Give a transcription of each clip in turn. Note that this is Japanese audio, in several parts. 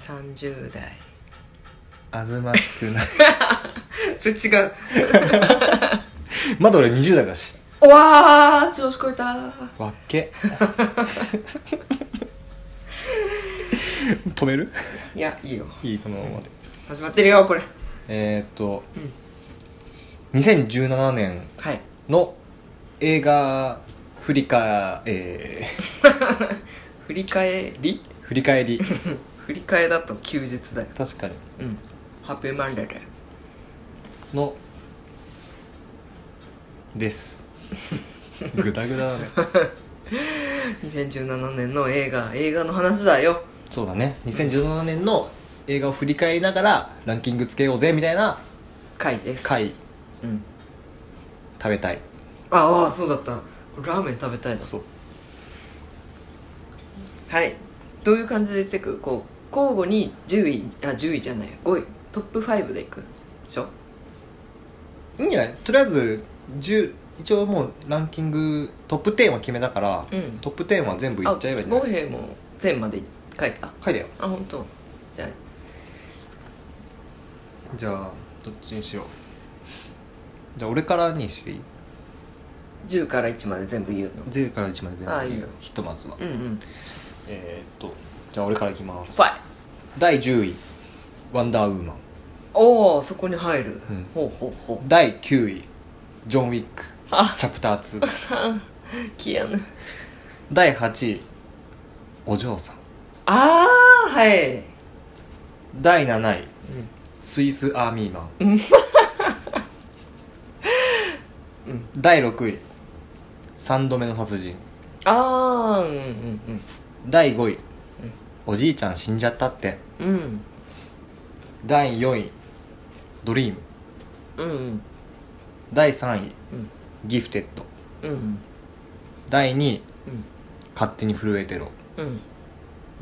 30代あずましくないそれ違う まだ俺20代だしうわー調子こいたわっけ 止めるいやいいよいいこのままで始まってるよこれえー、っと、2017年はいの映画振り返、え振り返りー 振り返り振り返りだと休日だよ確かにうんハッピーマンデーでのですグダグダだね2017年の映画映画の話だよそうだね2017年の映画を振り返りながらランキングつけようぜみたいな回です回うん食べたいああそうだったラーメン食べたいなそうはいどういう感じで言ってくこう交互に10位あ10位じゃない5位トップ5でいくでしょいいんじゃないとりあえず10一応もうランキングトップ10は決めたから、うんトップ10は全部いあっちゃえばいいんじゃ五ない平も全まで書いた書いてよあ本当。じゃあじゃあどっちにしようじゃあ俺からにしていい10から1まで全部言うの0から1まで全部ああいいよひとまずは、うんうんえー、っとじゃあ俺からいきますはい第10位「ワンダーウーマンおおそこに入る、うんほうほうほ」う第9位「ジョン・ウィックあ」チャプター2キアヌ第8位「お嬢さんああはい、うん」第7位「スイス・アーミーマン」 うん、第6位「三度目の殺人ああうんうん」第5位「おじいちゃん死んじゃったってうんうん」第4位「ドリームうんうん」第3位うん「ギフテッドうん」第2位うん「勝手に震えてろうん」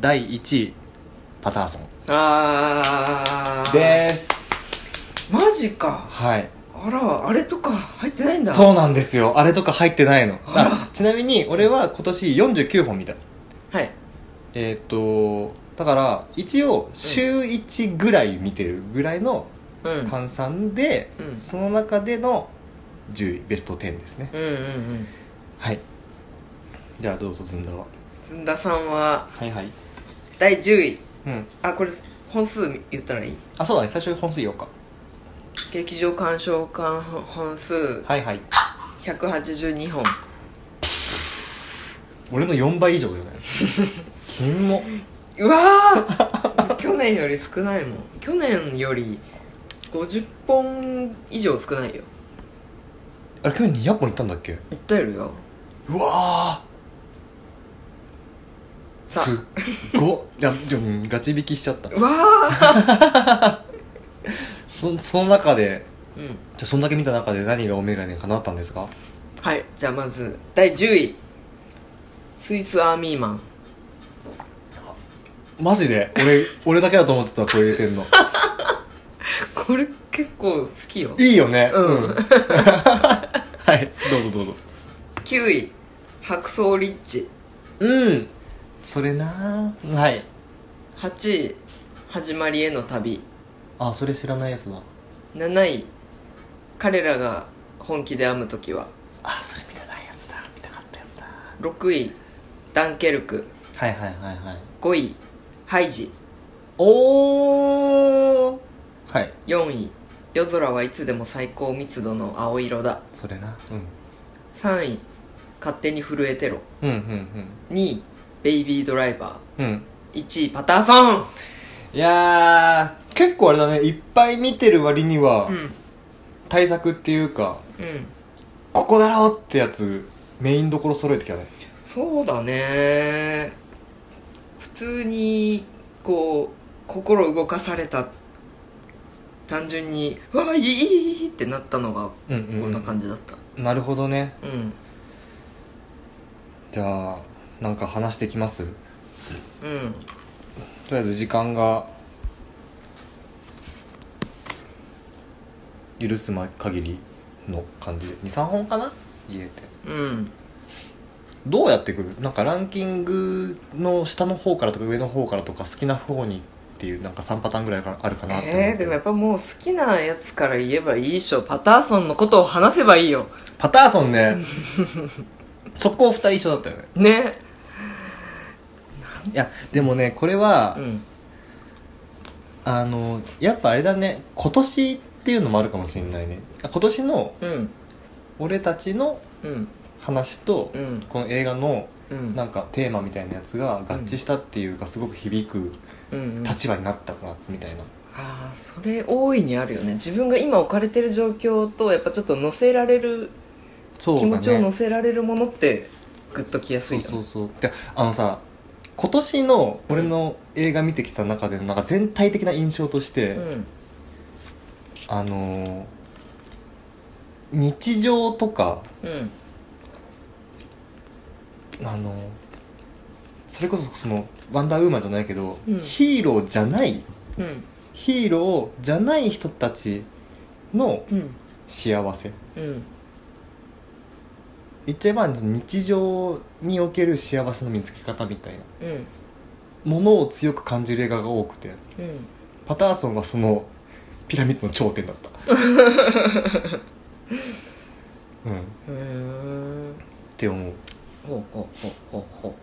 第1位「パターソンあ」あですマジかはいあらあれとか入ってないんだそうなんですよあれとか入ってないのあらあちなみに俺は今年49本見たはいえーっとだから一応週1ぐらい見てるぐらいのうん換算で、うんその中での10位ベスト10ですねうんうんうんはいじゃあどうぞずんだはずんださんははいはい第10位うんあこれ本数言ったらいいあそうだね最初に本数言おうか劇場鑑賞館本数はいはい182本俺の4倍以上だよ ね金もうわー去年より少ないもん去年より50本以上少ないよあれ去年200本いったんだっけ言ったよりようわーさすっごいやでもガチ引きしちゃったうわーそその中でうんじゃあそんだけ見た中で何がお眼鏡かなったんですかはいじゃあまず第10位スイスアーミーマンマジで俺俺だけだと思ってたこれ入れて んのこれ結構好きよいいよねうん はいどうぞどうぞ9位白草リッチうんそれなーはい8位始まりへの旅あそれ知らないやつだ7位彼らが本気で編む時はあそれ見たないやつだ見たかったやつだ6位ダンケルクはいはいはいはい5位ハイジおーはい4位夜空はいつでも最高密度の青色だそれな3位勝手に震えてろうんうんうん2位ベイビードライバうんうんー1位パターソンいやー結構あれだねいっぱい見てる割には、うん対策っていうかうんここだろうってやつメインどころ揃えてきたねそうだね普通にこう心動かされた単純に「うわあいいいいいい」ってなったのがうんこんな感じだったじなるほどねうんじゃあなんか話してきますとうんりあえず時間が許す限りの感じで23本かな入れてうんどうやってくるなんかランキングの下の方からとか上の方からとか好きな方にっていうなんか3パターンぐらいあるかなって思ってえー、でもやっぱもう好きなやつから言えばいいっしょパターソンのことを話せばいいよパターソンねそこ2人一緒だったよねねいやでもねこれは、うんあのやっぱあれだね今年っていうのもあるかもしれないねあ今年のうん俺たちのうん話と、うんこの映画のうんなんかテーマみたいなやつが合致したっていうかすごく響くうんうん立場になったかなみたいな、ああそれ大いにあるよね自分が今置かれてる状況とやっぱちょっと乗せられる、そうだ気ね持ちを乗せられるものってグッときやすそいうよねそうそうであのさ今年の俺の映画見てきた中でのなんか全体的な印象として、うんあのー日常とかうんあのーそれこそその「ワンダーウーマン」じゃないけど、うんヒーローじゃないうんヒーローじゃない人たちのうん幸せうん言っちゃえば日常における幸せの見つけ方みたいなうんものを強く感じる映画が多くてうんパターソンはそのピラミッドの頂点だったうんっうーんて思うほうほうほうほうほ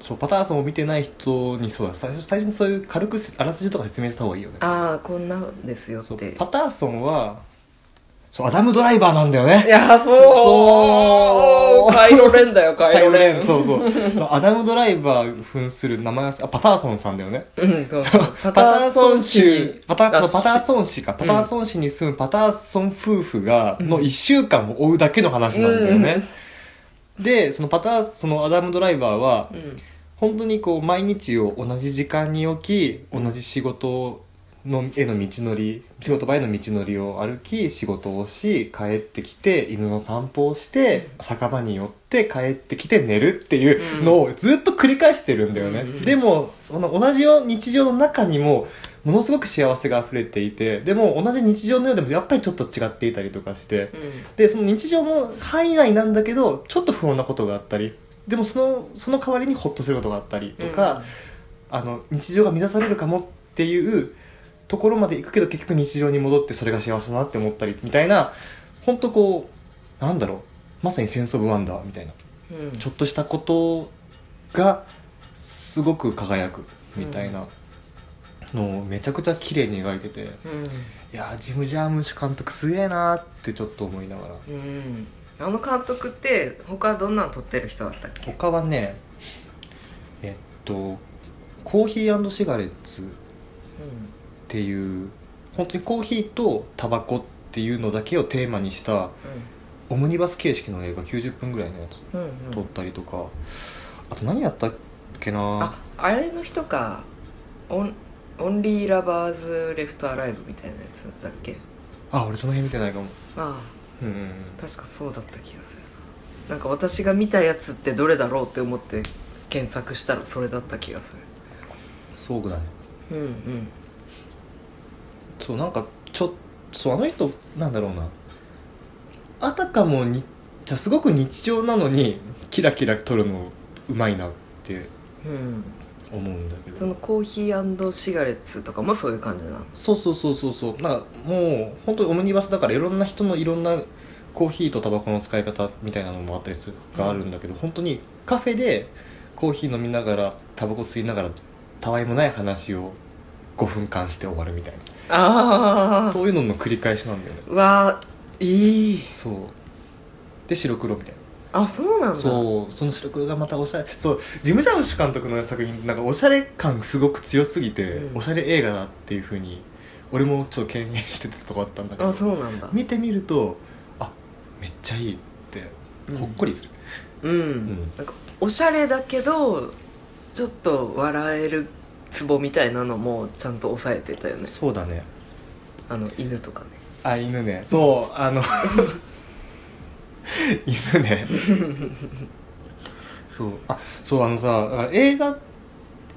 そうパターソンを見てない人にそうだ最初最初にそういう軽くせあらすじとか説明した方がいいよねうああこんなんですよっそうてパターソンはそうアダム・ドライバーなんだよいねやそそううカイロレンだよカイロレンそう そうアダム・ドライバー扮する名前はあパターソンさんだよねうんそうそうパターソン州州パタあそうパターソン市かパターソン市に住むパターソン夫婦がの1週間を追うだけの話なんだよね、でそのパターそのアダム・ドライバーはうん本当にこう毎日を同じ時間に起き同じ仕事のへの道のり仕事場への道のりを歩き仕事をし帰ってきて犬の散歩をして酒場に寄って帰ってきて寝るっていうのをずっと繰り返してるんだよね、うんうんうんでもその同じよう日常の中にもものすごく幸せが溢れていてでも同じ日常のようでもやっぱりちょっと違っていたりとかして、うんでその日常の範囲内なんだけどちょっと不穏なことがあったりでもそのその代わりにホッとすることがあったりとか、あの日常が乱されるかもっていうところまで行くけど結局日常に戻ってそれが幸せだなって思ったりみたいな本当こうなんだろうまさに「センス・オブ・ワンダー」みたいなうんちょっとしたことがすごく輝くみたいなのをめちゃくちゃ綺麗に描いててうんいやージム・ジャームッシュ監督すげえなーってちょっと思いながら。うんあの監督って他どんなの撮ってる人だったっけ他はねえっとコーヒーシガレッツっうていう本当にコーヒーとタバコっていうのだけをテーマにしたオムニバス形式の映画90分ぐらいのやつんうんうんう撮っんたりとか、あと何やったっけなああれの人かオンオンリーラバーズレフトアライブみたいなやつだっけあ俺その辺見てないかもあうんうんうんあ確かそうだった気がするななんか私が見たやつってどれだろうって思って検索したらそれだった気がすそうだねるうんうんそうなんかちょそうあの人なんだろうなあたかもにじゃあすごく日常なのにキラキラ撮るのうまいなってうん、思うんだけどそのコーヒーシガレッツとかもそういう感じなのそうそうそうそうそうなんかもう本当にオムニバスだからいろんな人のいろんなコーヒーとタバコの使い方みたいなのもあったりするがあるんだけど、本当にカフェでコーヒー飲みながらタバコ吸いながらたわいもない話を5分間して終わるみたいあなそういうのの繰り返しなんだよねうわーいいそうで白黒みたいなあそうなんだそうその白黒がまたおしゃれそうジム・ジャームッシュ監督の作品なんかおしゃれ感すごく強すぎて、うんおしゃれ映画だっていうふうに俺もちょっと敬遠してたとこあったんだけどあそうなんだ見てみるとあめっちゃいいってほっこりする、うん、んなんかおしゃれだけどちょっと笑えるツボみたいなのもちゃんと抑えてたよねそうだねあの犬とかねあ犬ねそう あの犬ねそうあそうあのさだから映画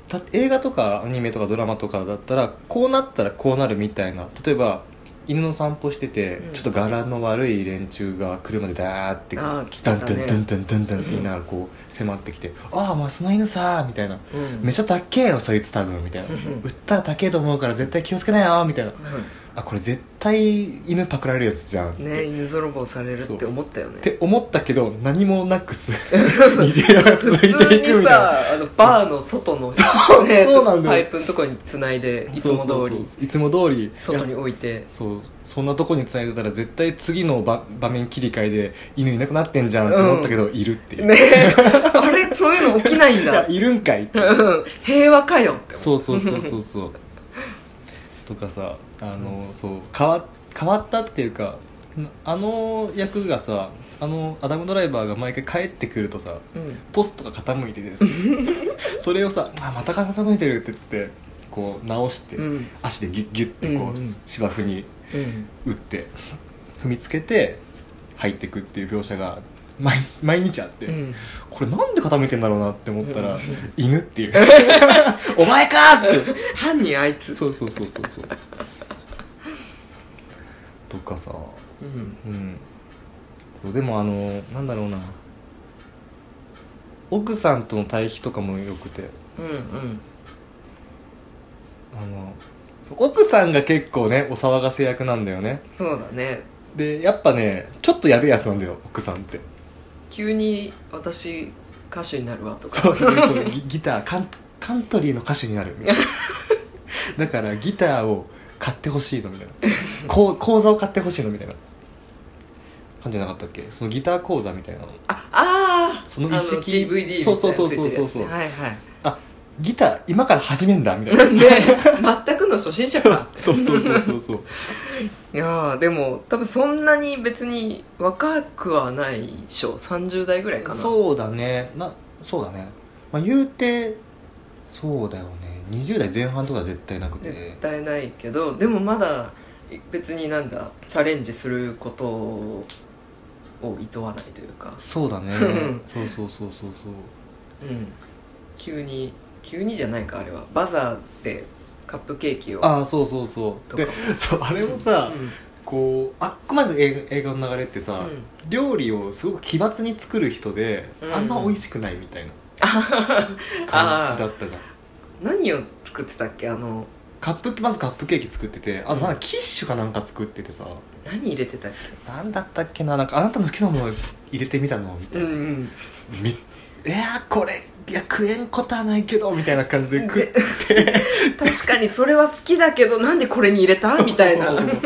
だ映画とかアニメとかドラマとかだったらこうなったらこうなるみたいな例えば犬の散歩してて、うんちょっと柄の悪い連中が車でダーってあー来てダたンねダンダンダンダンダンって言いながらこう迫ってきて「ああまあその犬さ」みたいな「めちちゃ高えよそいつ多分」みたいなうん「売ったら高えと思うから絶対気をつけなよ」みたいな「あこれ絶対犬パクられるやつじゃん」って、ね犬泥棒されるそうって思ったよねって思ったけど何もなくす 逃げが続い普てい通くにみたいなさあのバーの外の、ね そうなんだよパイプのところにつないでいつも通そうそうりそういつも通り外に置いてそうそんなとこに繋いでたら絶対次の場場面切り替えで犬いなくなってんじゃんって思ったけど、いるっていう、ねえあれそういうの起きないんいやだいるんかいってうん平和かよってそうそうそうそうそう とかさあの、そう変わ変わったっていうかあの役がさあのアダム・ドライバーが毎回帰ってくるとさうんポストが傾いて てさそれをさ「あまた傾いてる」ってつってこう直して、うん足でギュッギュッてこう、うんうん芝生にうん打って踏みつけて入ってくっていう描写が毎毎日あって、うんこれなんで傾いてんだろうなって思ったら、うん犬っ ていう お前かーっ犯人あいてつそうそうそうそうそうとかさうんうんそうでもあのなんだろうな奥さんとの対比とかもよくてうんうんあの奥さんが結構ねお騒がせ役なんだよねそうだねでやっぱねちょっとやべえやつなんだよ奥さんって急に私歌手になるわとかそうそうそうギギターカンカントリーの歌手になるみたいなだからギターを買ってほしいのみたいなこう講座を買ってほしいのみたいな感じじゃなかったっけそのギター講座みたいなのああーその一式あ DVD みたいなやつそうそうそうそうそうそうはい はいギター今から始めんだみたいなね全くの初心者かそうそうそうそうそういやーでも多分そんなに別に若くはないでしょ30代ぐらいかなう そうだねなそうだね、まあ、言うてそうだよね20代前半とか絶対なく絶て対ないけどでもまだい別になんだチャレンジすることをいとわないというかそうだ ねそうそうそうそうそううん急に急にじゃないかあれはバザーでカップケーキをああそうそうそうとでかそうあれもさ、うんこうあっくまで映映画の流れってさ、うん料理をすごく奇抜に作る人で、うんあんま美味しくないみたいなあ感じだったじゃん何を作ってたっけあのカップまずカップケーキ作っててあとなんかキッシュかなんか作っててさ何入れてたっなんだったっけななんかあなたの好きなものを入れてみたのみけたういんな、うんめいやーこれいや食えんことはないけどみたいな感じで食っで確かにそれは好きだけどなんでこれに入れたみたいなそうそうそ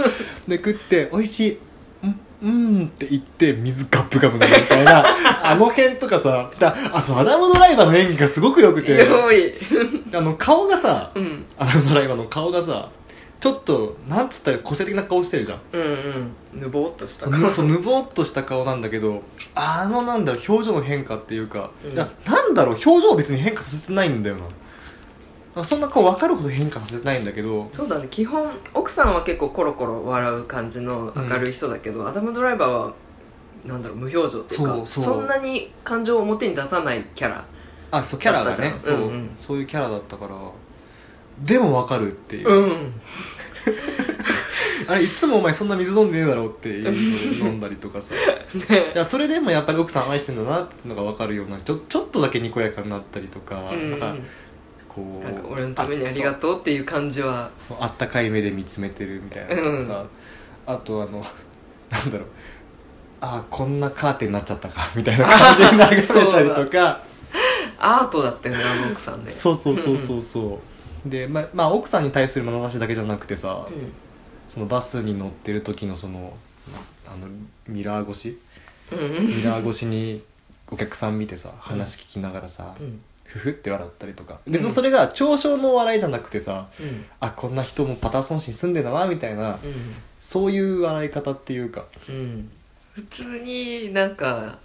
う で食って美味しいうんうんって言って水ガブガブ飲むみた いなあの辺とかさだあとアダム・ドライバーの演技がすごく良くてよいあの顔がさうんアダム・ドライバーの顔がさちょっとなんつったら個性的な顔してるじゃんうんうんぬぼーっとした そのそうぬぼーっとした顔なんだけどあのなんだろう表情の変化っていうか、うんいやなんだろう表情を別に変化させてないんだよなあそんな顔分かるほど変化させてないんだけどそうだね基本奥さんは結構コロコロ笑う感じの明るい人だけど、アダム・ドライバーはなんだろう無表情っていうかそうそうんなに感情を表に出さないキャラあそうキャラがねだったじそゃう、んうんうんそういうキャラだったからでも分かるっていう、うんあれいつもお前そんな水飲んでねえだろうっていうのを飲んだりと かさいやそれでもやっぱり奥さん愛してんだなっていうのが分かるようなちょちょっとだけにこやかになったりとか、うんなんなかんこうか俺のためにありがとうっていう感じはあそうあったかい目で見つめてるみたいなとかさ、あとあのなんだろうああこんなカーテンになっちゃったかみたいな感じで流れたりとかアートだったよねあの奥さんねそうそうそうそうそうで、ままあ、奥さんに対する眼差しだけじゃなくてさ、そのバスに乗ってる時のそのあのミラー越しうんうんうんミラー越しにお客さん見てさ話聞きながらさ、うんふふって笑ったりとか別にそれが嘲笑の笑いじゃなくてさ、うんあこんな人もパターソン市に住んでんだなみたいなうんそういう笑い方っていうかうん、普通になんか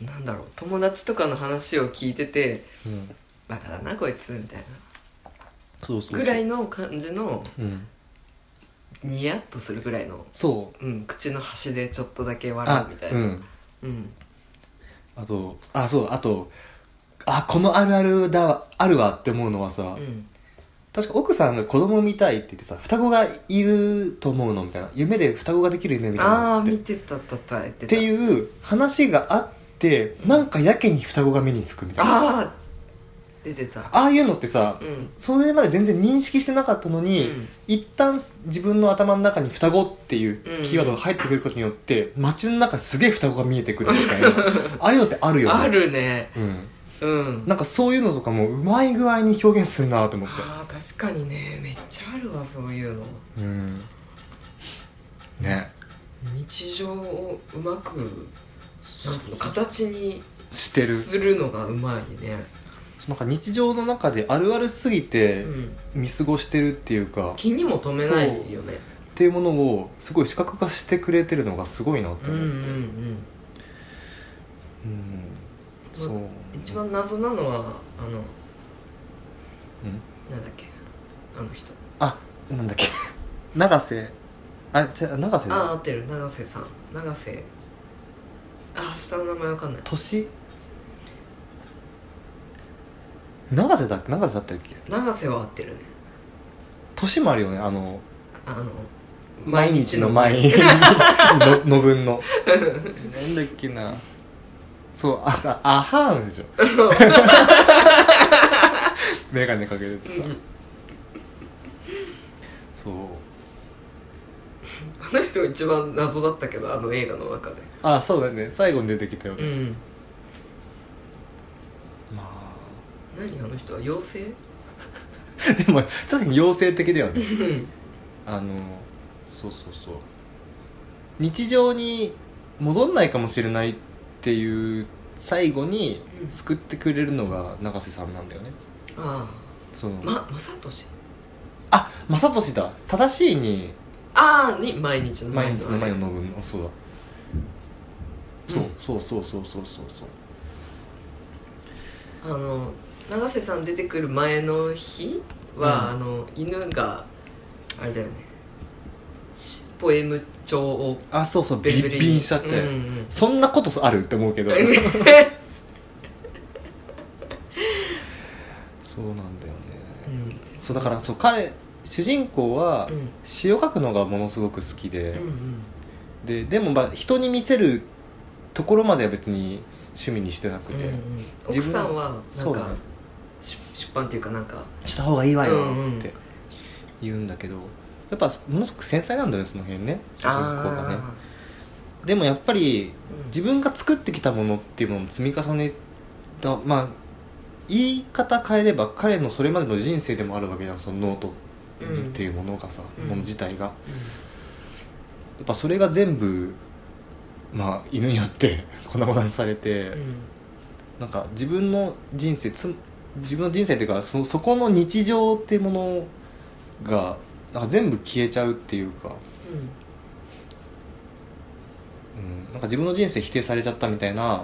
なんだろう友達とかの話を聞いててうん「バカだなこいつ」みたいなそうそうそうぐらいの感じのうんニヤッとするぐらいの、そうん、口の端でちょっとだけう笑あうみたいうな、んうんあとあそうあとあこのあるあるだわあるわって思うのはさ、うん確か奥さんが子供見たいって言ってさ双子がいると思うのみたいな夢で双子ができる夢みたいなあのあっーて見ってたったった言ってたていう話があってなんかやけに双子が目につくみたいなああ出てたああいうのってさうんそれまで全然認識してなかったのに、うん一旦自分の頭の中に双子っていうキーワードが入ってくることによって、街の中すげえ双子が見えてくるみ たいなああいうのってあるよねあるねうん、うんなんかそういうのとかもうまい具合に表現するなと思ってああ確かにねめっちゃあるわそういうのうんね日常をうまくなんていうのし形にてるするのがうまいねなんか日常の中であるあるすぎてうん見過ごしてるっていうか、っ気にも留めないよねていうものをすごい視覚化してくれてるのがすごいなってうんうん思う、うんうんそう一番謎なのはあのうんなんだっけあの人あなんだっけ 永瀬あ違う永瀬ああ合だってる永瀬さん永瀬ああ下の名前わかんない年永瀬だっけ永瀬だったっけ永瀬は合ってるね年もあるよねあのあの毎日の毎日 のの分のなんだっけなそうあさアハーンでしょメガネかけててさうんそうあの人が一番謎だったけどあの映画の中であそうだね最後に出てきたようね、んま何あの人は妖精あ でも確かに妖精的だよねうんあのそうそうそう日常に戻んないかもしれないっていう最後にうん救ってくれるのが永瀬さんなんだよねあそのあま正俊あ正俊だ正しいにああに毎日の毎日の前のの信のそうだそううんそうそうそうそうそうそうあの永瀬さん出てくる前の日は、あうの犬があれだよねしポエム帳をあそうそうベビリンベリビンしちゃって、うんうんそんなことあるって思うけど そうなんだようねんそうだからそう彼主人公はうん詩を書くのがものすごく好きで、うんうんででもまあ人に見せるところまでは別に趣味にしてなくて、うんうん自奥分さんはなんそうだかねし出版っていうかなんかした方がいいわようんうんって言うんだけど、やっぱものすごく繊細なんだよねその辺ね主人公がねあでもやっぱりーうん自分が作ってきたものっていうものを積み重ねたまあ言い方変えれば彼のそれまでの人生でもあるわけじゃんそのノートうんっていうものがさ、うんもの自体がやっぱそれが全部まあ犬によって 粉々にされて、うんなんか自分の人生つ自分の人生っていうかそそこの日常っていうものがなんか全部消えちゃうっていううか、んうん、なんか自分の人生否定されちゃったみたいなうん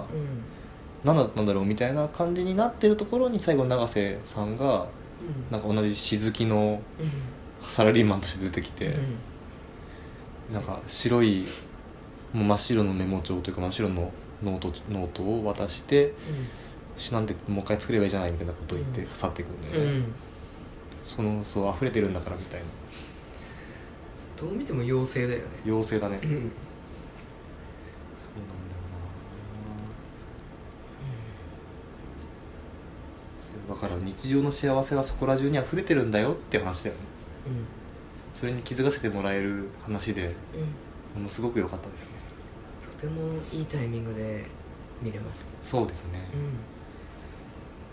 何だったんだろうみたいな感じになってるところに最後永瀬さんがうんなんか同じ静きのうんサラリーマンとして出てきて、うんなんか白いもう真っ白のメモ帳というか真っ白のノートノートを渡して詩なんてもう一回作ればいいじゃないみたいなことを言ってうん去っていくんだうよんうね、んそのそう溢れてるんだからみたいなどう見ても妖精だよね妖精だね、うそうんなんだよな、そうだから日常の幸せはそこら中に溢れてるんだよって話だよねうんそれに気づかせてもらえる話でうんものすごく良かったですねとてもいいタイミングで見れましそうですね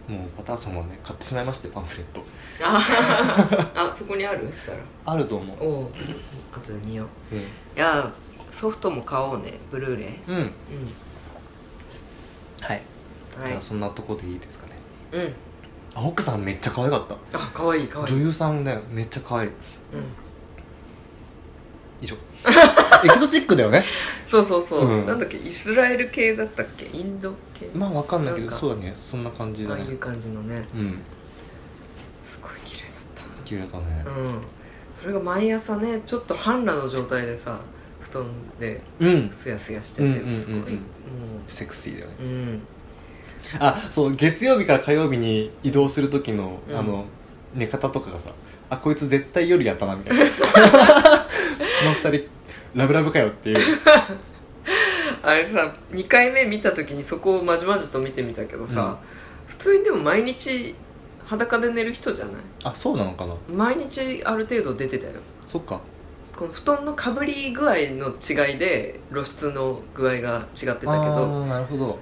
た、うんもうパターソンはね買ってしまいましたよパンフレットああそこにあるしたらあると思うおおあとで見よううん、いやソフトも買おうねブルーレイうん、うはいんはじいゃあそんなとこでいいですかねうんあ奥さんめっちゃ可愛かった、あ可愛い可愛い女優さんねめっちゃ可愛いうん以 上エキゾチックだよねそうそうそう、うんなんだっけイスラエル系だったっけインド系まあわかんないけどなんかそうだねそんな感じあだあいねう感じのねうんすごい綺麗だ綺麗だねったうんそれが毎朝ねちょっと半裸の状態でさ布団でうんすやすやしてて、うんすうんうんうんごいもセクシーだよねううんあそう月曜日から火曜日に移動する時の、うんあの寝方とかがさあこいつ絶対夜やったなみたい なこの二人ラブラブかよっていうあれさ2回目見た時にそこをまじまじと見てみたけどさ、普通にでも毎日裸で寝る人じゃない あそうなのかな毎日ある程度出てたよそっかこの布団のかぶり具合の違いで露出の具合が違ってたけあどーなるほど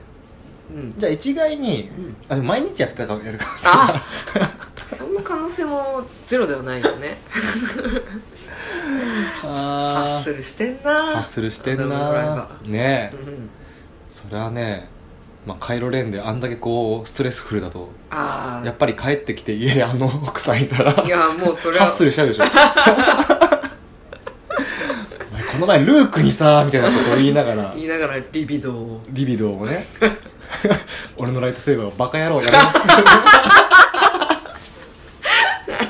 うんじゃあ一概にうんあでも毎日やってたからやるかあ その可能性もゼロではないよね ハッあスルしてんなーハッスルしてんアダムブライバなーねえうんそれはねまあカイロレンであんだけこうストレスフルだとあやっぱり帰ってきて家であの奥さんいたらあいやもうそれハはッスルしちゃうでしょお前この前ルークにさみたいなことを言いながら言いながらリビドーを リビドーを ね俺のライトセーバーをバカ野郎や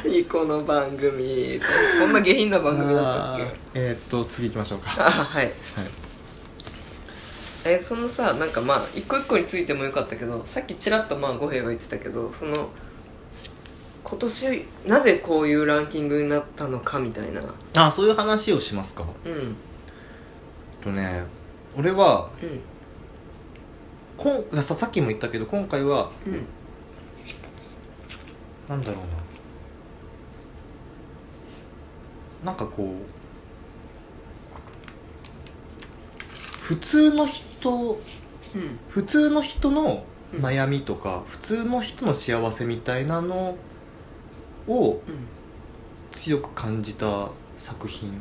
め何この番組こんな下品な番組だったっけえー、っと次行きましょうかはあはいえそのさなんかまあ一個一個についてもよかったけどさっきちらっとまあ五平が言ってたけどその今年なぜこういうランキングになったのかみたいなあそういう話をしますかうんうんえっとね俺はこんささっきも言ったけど今回はうんなんだろうななんかこう普通の人うん普通の人の悩みとか、普通の人の幸せみたいなのうをん強く感じた作品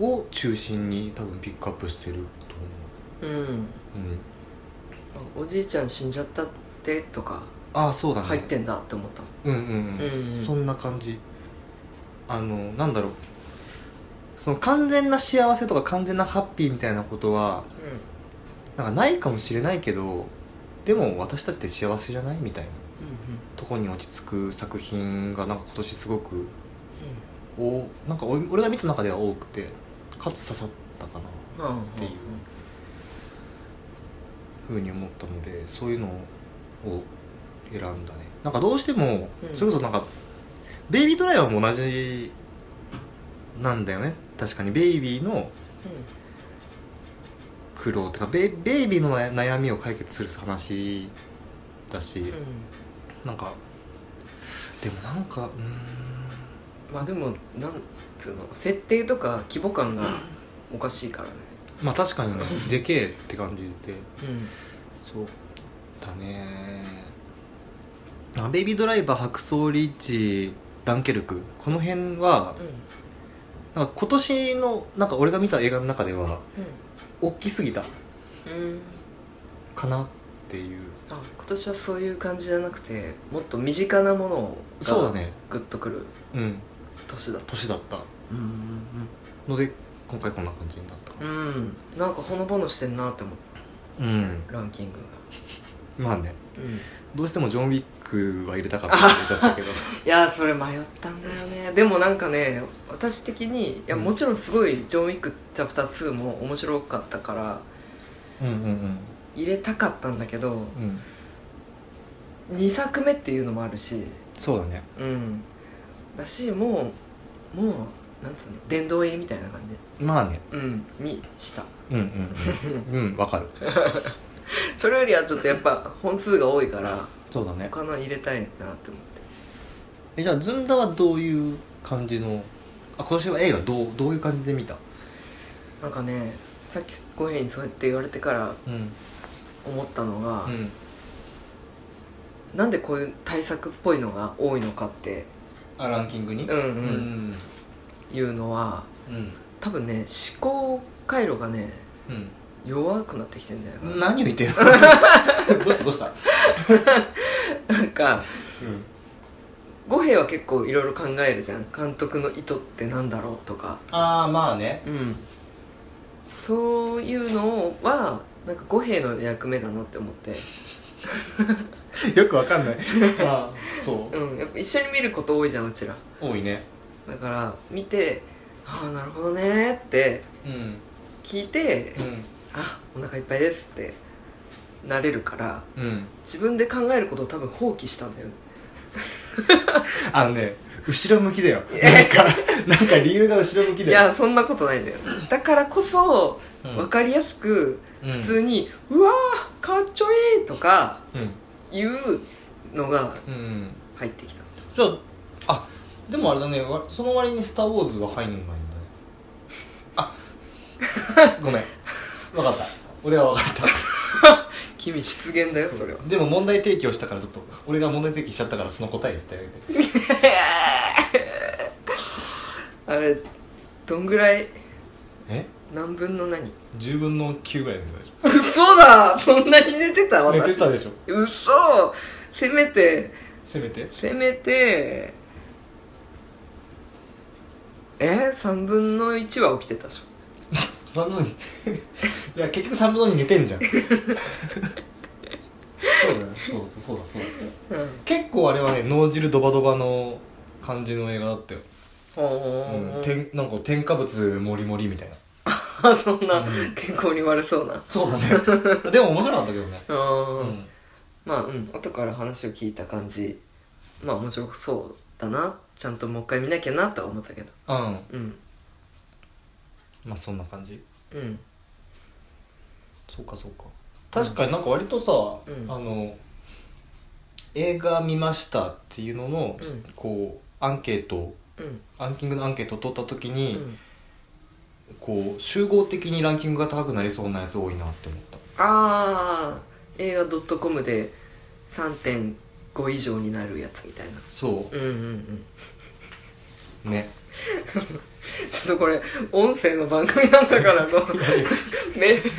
うを中心に多分ピックアップしてるとんうんうんうん思う、うあん、おじいちゃん死んじゃったってとかああそうだね入ってんだって思ったうんうん、うんう、うんんそんな感じあのなんだろうその完全な幸せとか完全なハッピーみたいなことはうなんかないかもしれないけどでも私たちって幸せじゃないみたいなんうんうんとこに落ち着く作品がなんか今年すごくおなんかお俺が見た中では多くてかつ刺さったかなうんうんっていうふうに思ったのでそういうのを選んだねなんかどうしても、うんそれこそなんかベイビードライバーも同じなんだよね確かにベイビーの苦労とかベイベイビーの悩悩みを解決する話だし、うんうんなんかでもなんかうーんまあでもなんつうの設定とか規模感がおかしいからねまあ確かにねでけえって感じでうんそうだねあベイビードライバー白装リーチダンケルクこの辺はうんなんか今年のなんか俺が見た映画の中では大きすぎたうん、うん、かなっていうあ今年はそういう感じじゃなくてもっと身近なものがそうだねグッとくるうん年だった年だったうんので今回こんな感じになったうんうん、うん、なんかほのぼのしてんなって思っうんたランキングがまあねうんどうしてもジョン・ウィックは入れたかったって言っちゃ ったけどいやーそれ迷ったんだよねでもなんかね私的にいやうんもちろんすごい「ジョン・ウィックチャプター2」も面白かったからうんうん入れたかったんだけどうんうん2作目っていうのもあるしそうだねうんだしもうもうなんつうの殿堂入りみたいな感じまあねうんにしたうんうんうんうんわか るそれよりはちょっとやっぱ本数が多いからそうだね他の入れたいなって思ってえじゃあずんだはどういう感じのあ今年は映画どうどういう感じで見たなんかねさっき五平にそうやって言われてからうん思ったのが、うんなんでこういう対策っぽいのが多いのかってあランキングにうんううんんいうのはうん多分ね思考回路がねうん弱くなってきてるんじゃないかな、何を言ってん のどうしたどうしたなんかうん五平は結構いろいろ考えるじゃん監督の意図ってなんだろうとかああまあねうんそういうのはなんか五兵の役目だなって思って、 よくわかんない あーそうん、やっぱ一緒に見ること多いじゃんうちらう多いねだから見て「ああなるほどね」ってうん聞いてうん「あお腹いっぱいです」ってなれるからうん自分で考えることを多分放棄したんだよねあのね後ろ向きだよなんかなんか理由が後ろ向きいだよやそんなことないんだよだからこそうん分かりやすくうん普通に「うわーかっちょいい!」とかういうのがんうん入ってきたじゃああでもあれだねわその割に「スター・ウォーズ」は入んないんだねあごめん分かった俺は分かった君失言だよそれは でも問題提起をしたからちょっと俺が問題提起しちゃったからその答え言ってあげてあれどんぐらいえ何分の何10分の9ぐらいのことでし嘘だそんなに寝てたょ私寝てたでしょ嘘せめてせめてせめてえ3分の1は起きてたでしょ3分の2 いや結局3分の2寝てんじゃん そうだよそうそうそうだそうだうん結構あれはね脳汁ドバドバの感じの映画だったよ、ほううん、てんなんか添加物もりもりみたいなあ そんなうん健康に悪そうなそうだね でも面白かったけどねう、うんんまあうん後から話を聞いた感じまあ面白そうだなちゃんともう一回見なきゃなとは思ったけどうんうんまあそんな感じうんそうかそうか確かになんか割とさ、うんあの映画見ましたっていうのの、うんこうアンケートうんランキングのアンケートを取った時うに、んこう集合的にランキングが高くなりそうなやつ多いなって思ったああ映画 .com で3.5以上になるやつみたいなそうんうんうんうねちょっとこれ音声の番組なんだからの め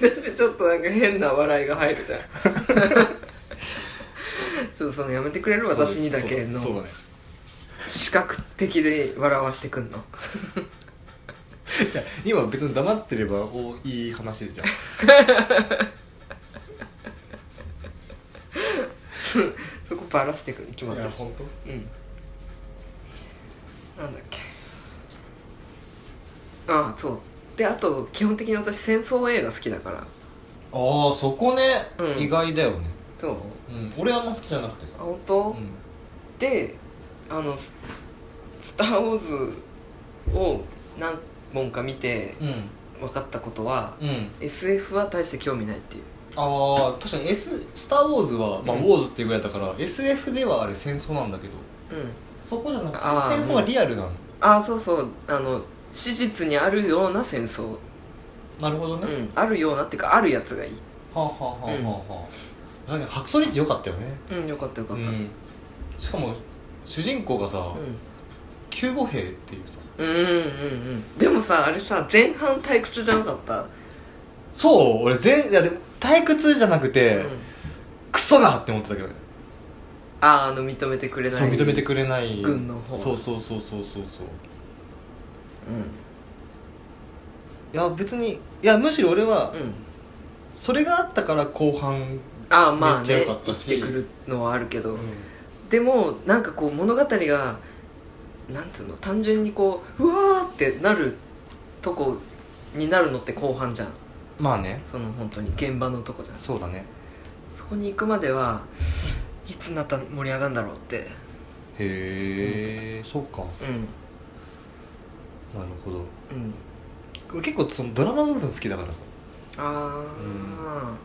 だってちょっとなんか変な笑いが入るじゃん ちょっとそのやめてくれる私にだけのそうそうだね視覚的で笑わしてくんの いや 今別に黙ってればお いい話じゃんそこバラしてくるに決まったし当うんなんだっけああそうであと基本的に私戦争映画好きだからああそこね、うん意外だよね、そううん、俺あんま好きじゃなくてさあ、本当、うんであのス「スター・ウォーズ」を何本か見てうん分かったことは、うん、 SF は大して興味ないっていうああ確かに、S「スター・ウォーズは」まあうんウォーズ」っていうぐらいだから SF ではあれ戦争なんだけどうんそこじゃなくてあー戦争はリアルなの、ああそうそうあの史実にあるような戦争、なるほどうね、ん、あるようなっていうかあるやつがいいはあ、はあはあはあはあ確かにハクソリってよかったよねうんよかったよかうった、うんんしかも主人公がさ救護兵っていうさうんうんうんうんでもさあれさ前半退屈じゃなかった、そう俺全いやでも退屈じゃなくて、うん、クソだって思ってたけどねあああの認めてくれないそう認めてくれない軍の方そうそうそうそうそうそうういや別にいやむしろ俺はん、うん、それがあったから後半、ああまあめっちゃね良かっ生たきしてくるのはあるけど、でもなんかこう物語がなんつうの単純にこううわーってなるとこになるのって後半じゃんまあねその本当に現場のとこじゃんそうだねそこに行くまではいつになったら盛り上がるんだろうってへえ、そうかうんなるほどうん俺結構そのドラマ部分好きだからさあ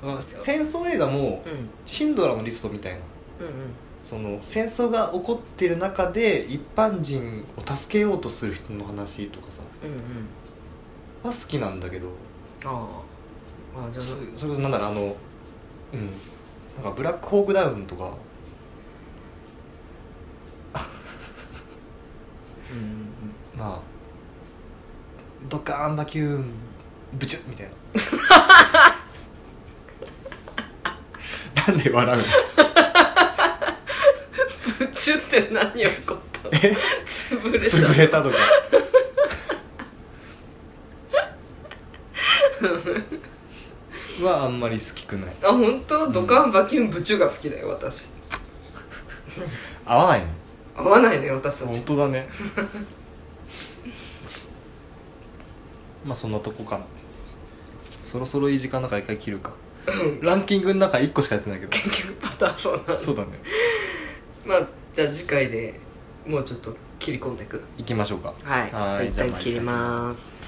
だから戦争映画もーうんシンドラのリストみたいなうんうんその戦争が起こってる中で一般人を助けようとする人の話とかさはうんうん好きなんだけどあーあーじそゃあそれこそなんだろうあのうんなんかブラックホークダウンとかうんうんうんまあドカーンバキューンブチュッみたいななんで笑うの宇宙って何起こったのえ潰れた潰れたとかはあんまり好きくないあ本当ドカンバキュンブチュが好きだよ私合わないの合わないね私たち本当だねまあそんなとこかなそろそろいい時間だから一回切るかランキングの中1個しかやってないけど結局パターンそうなんだそうだねまあじゃあ次回でもうちょっと切り込んでいく行きましょうかはいじゃあ一旦切ります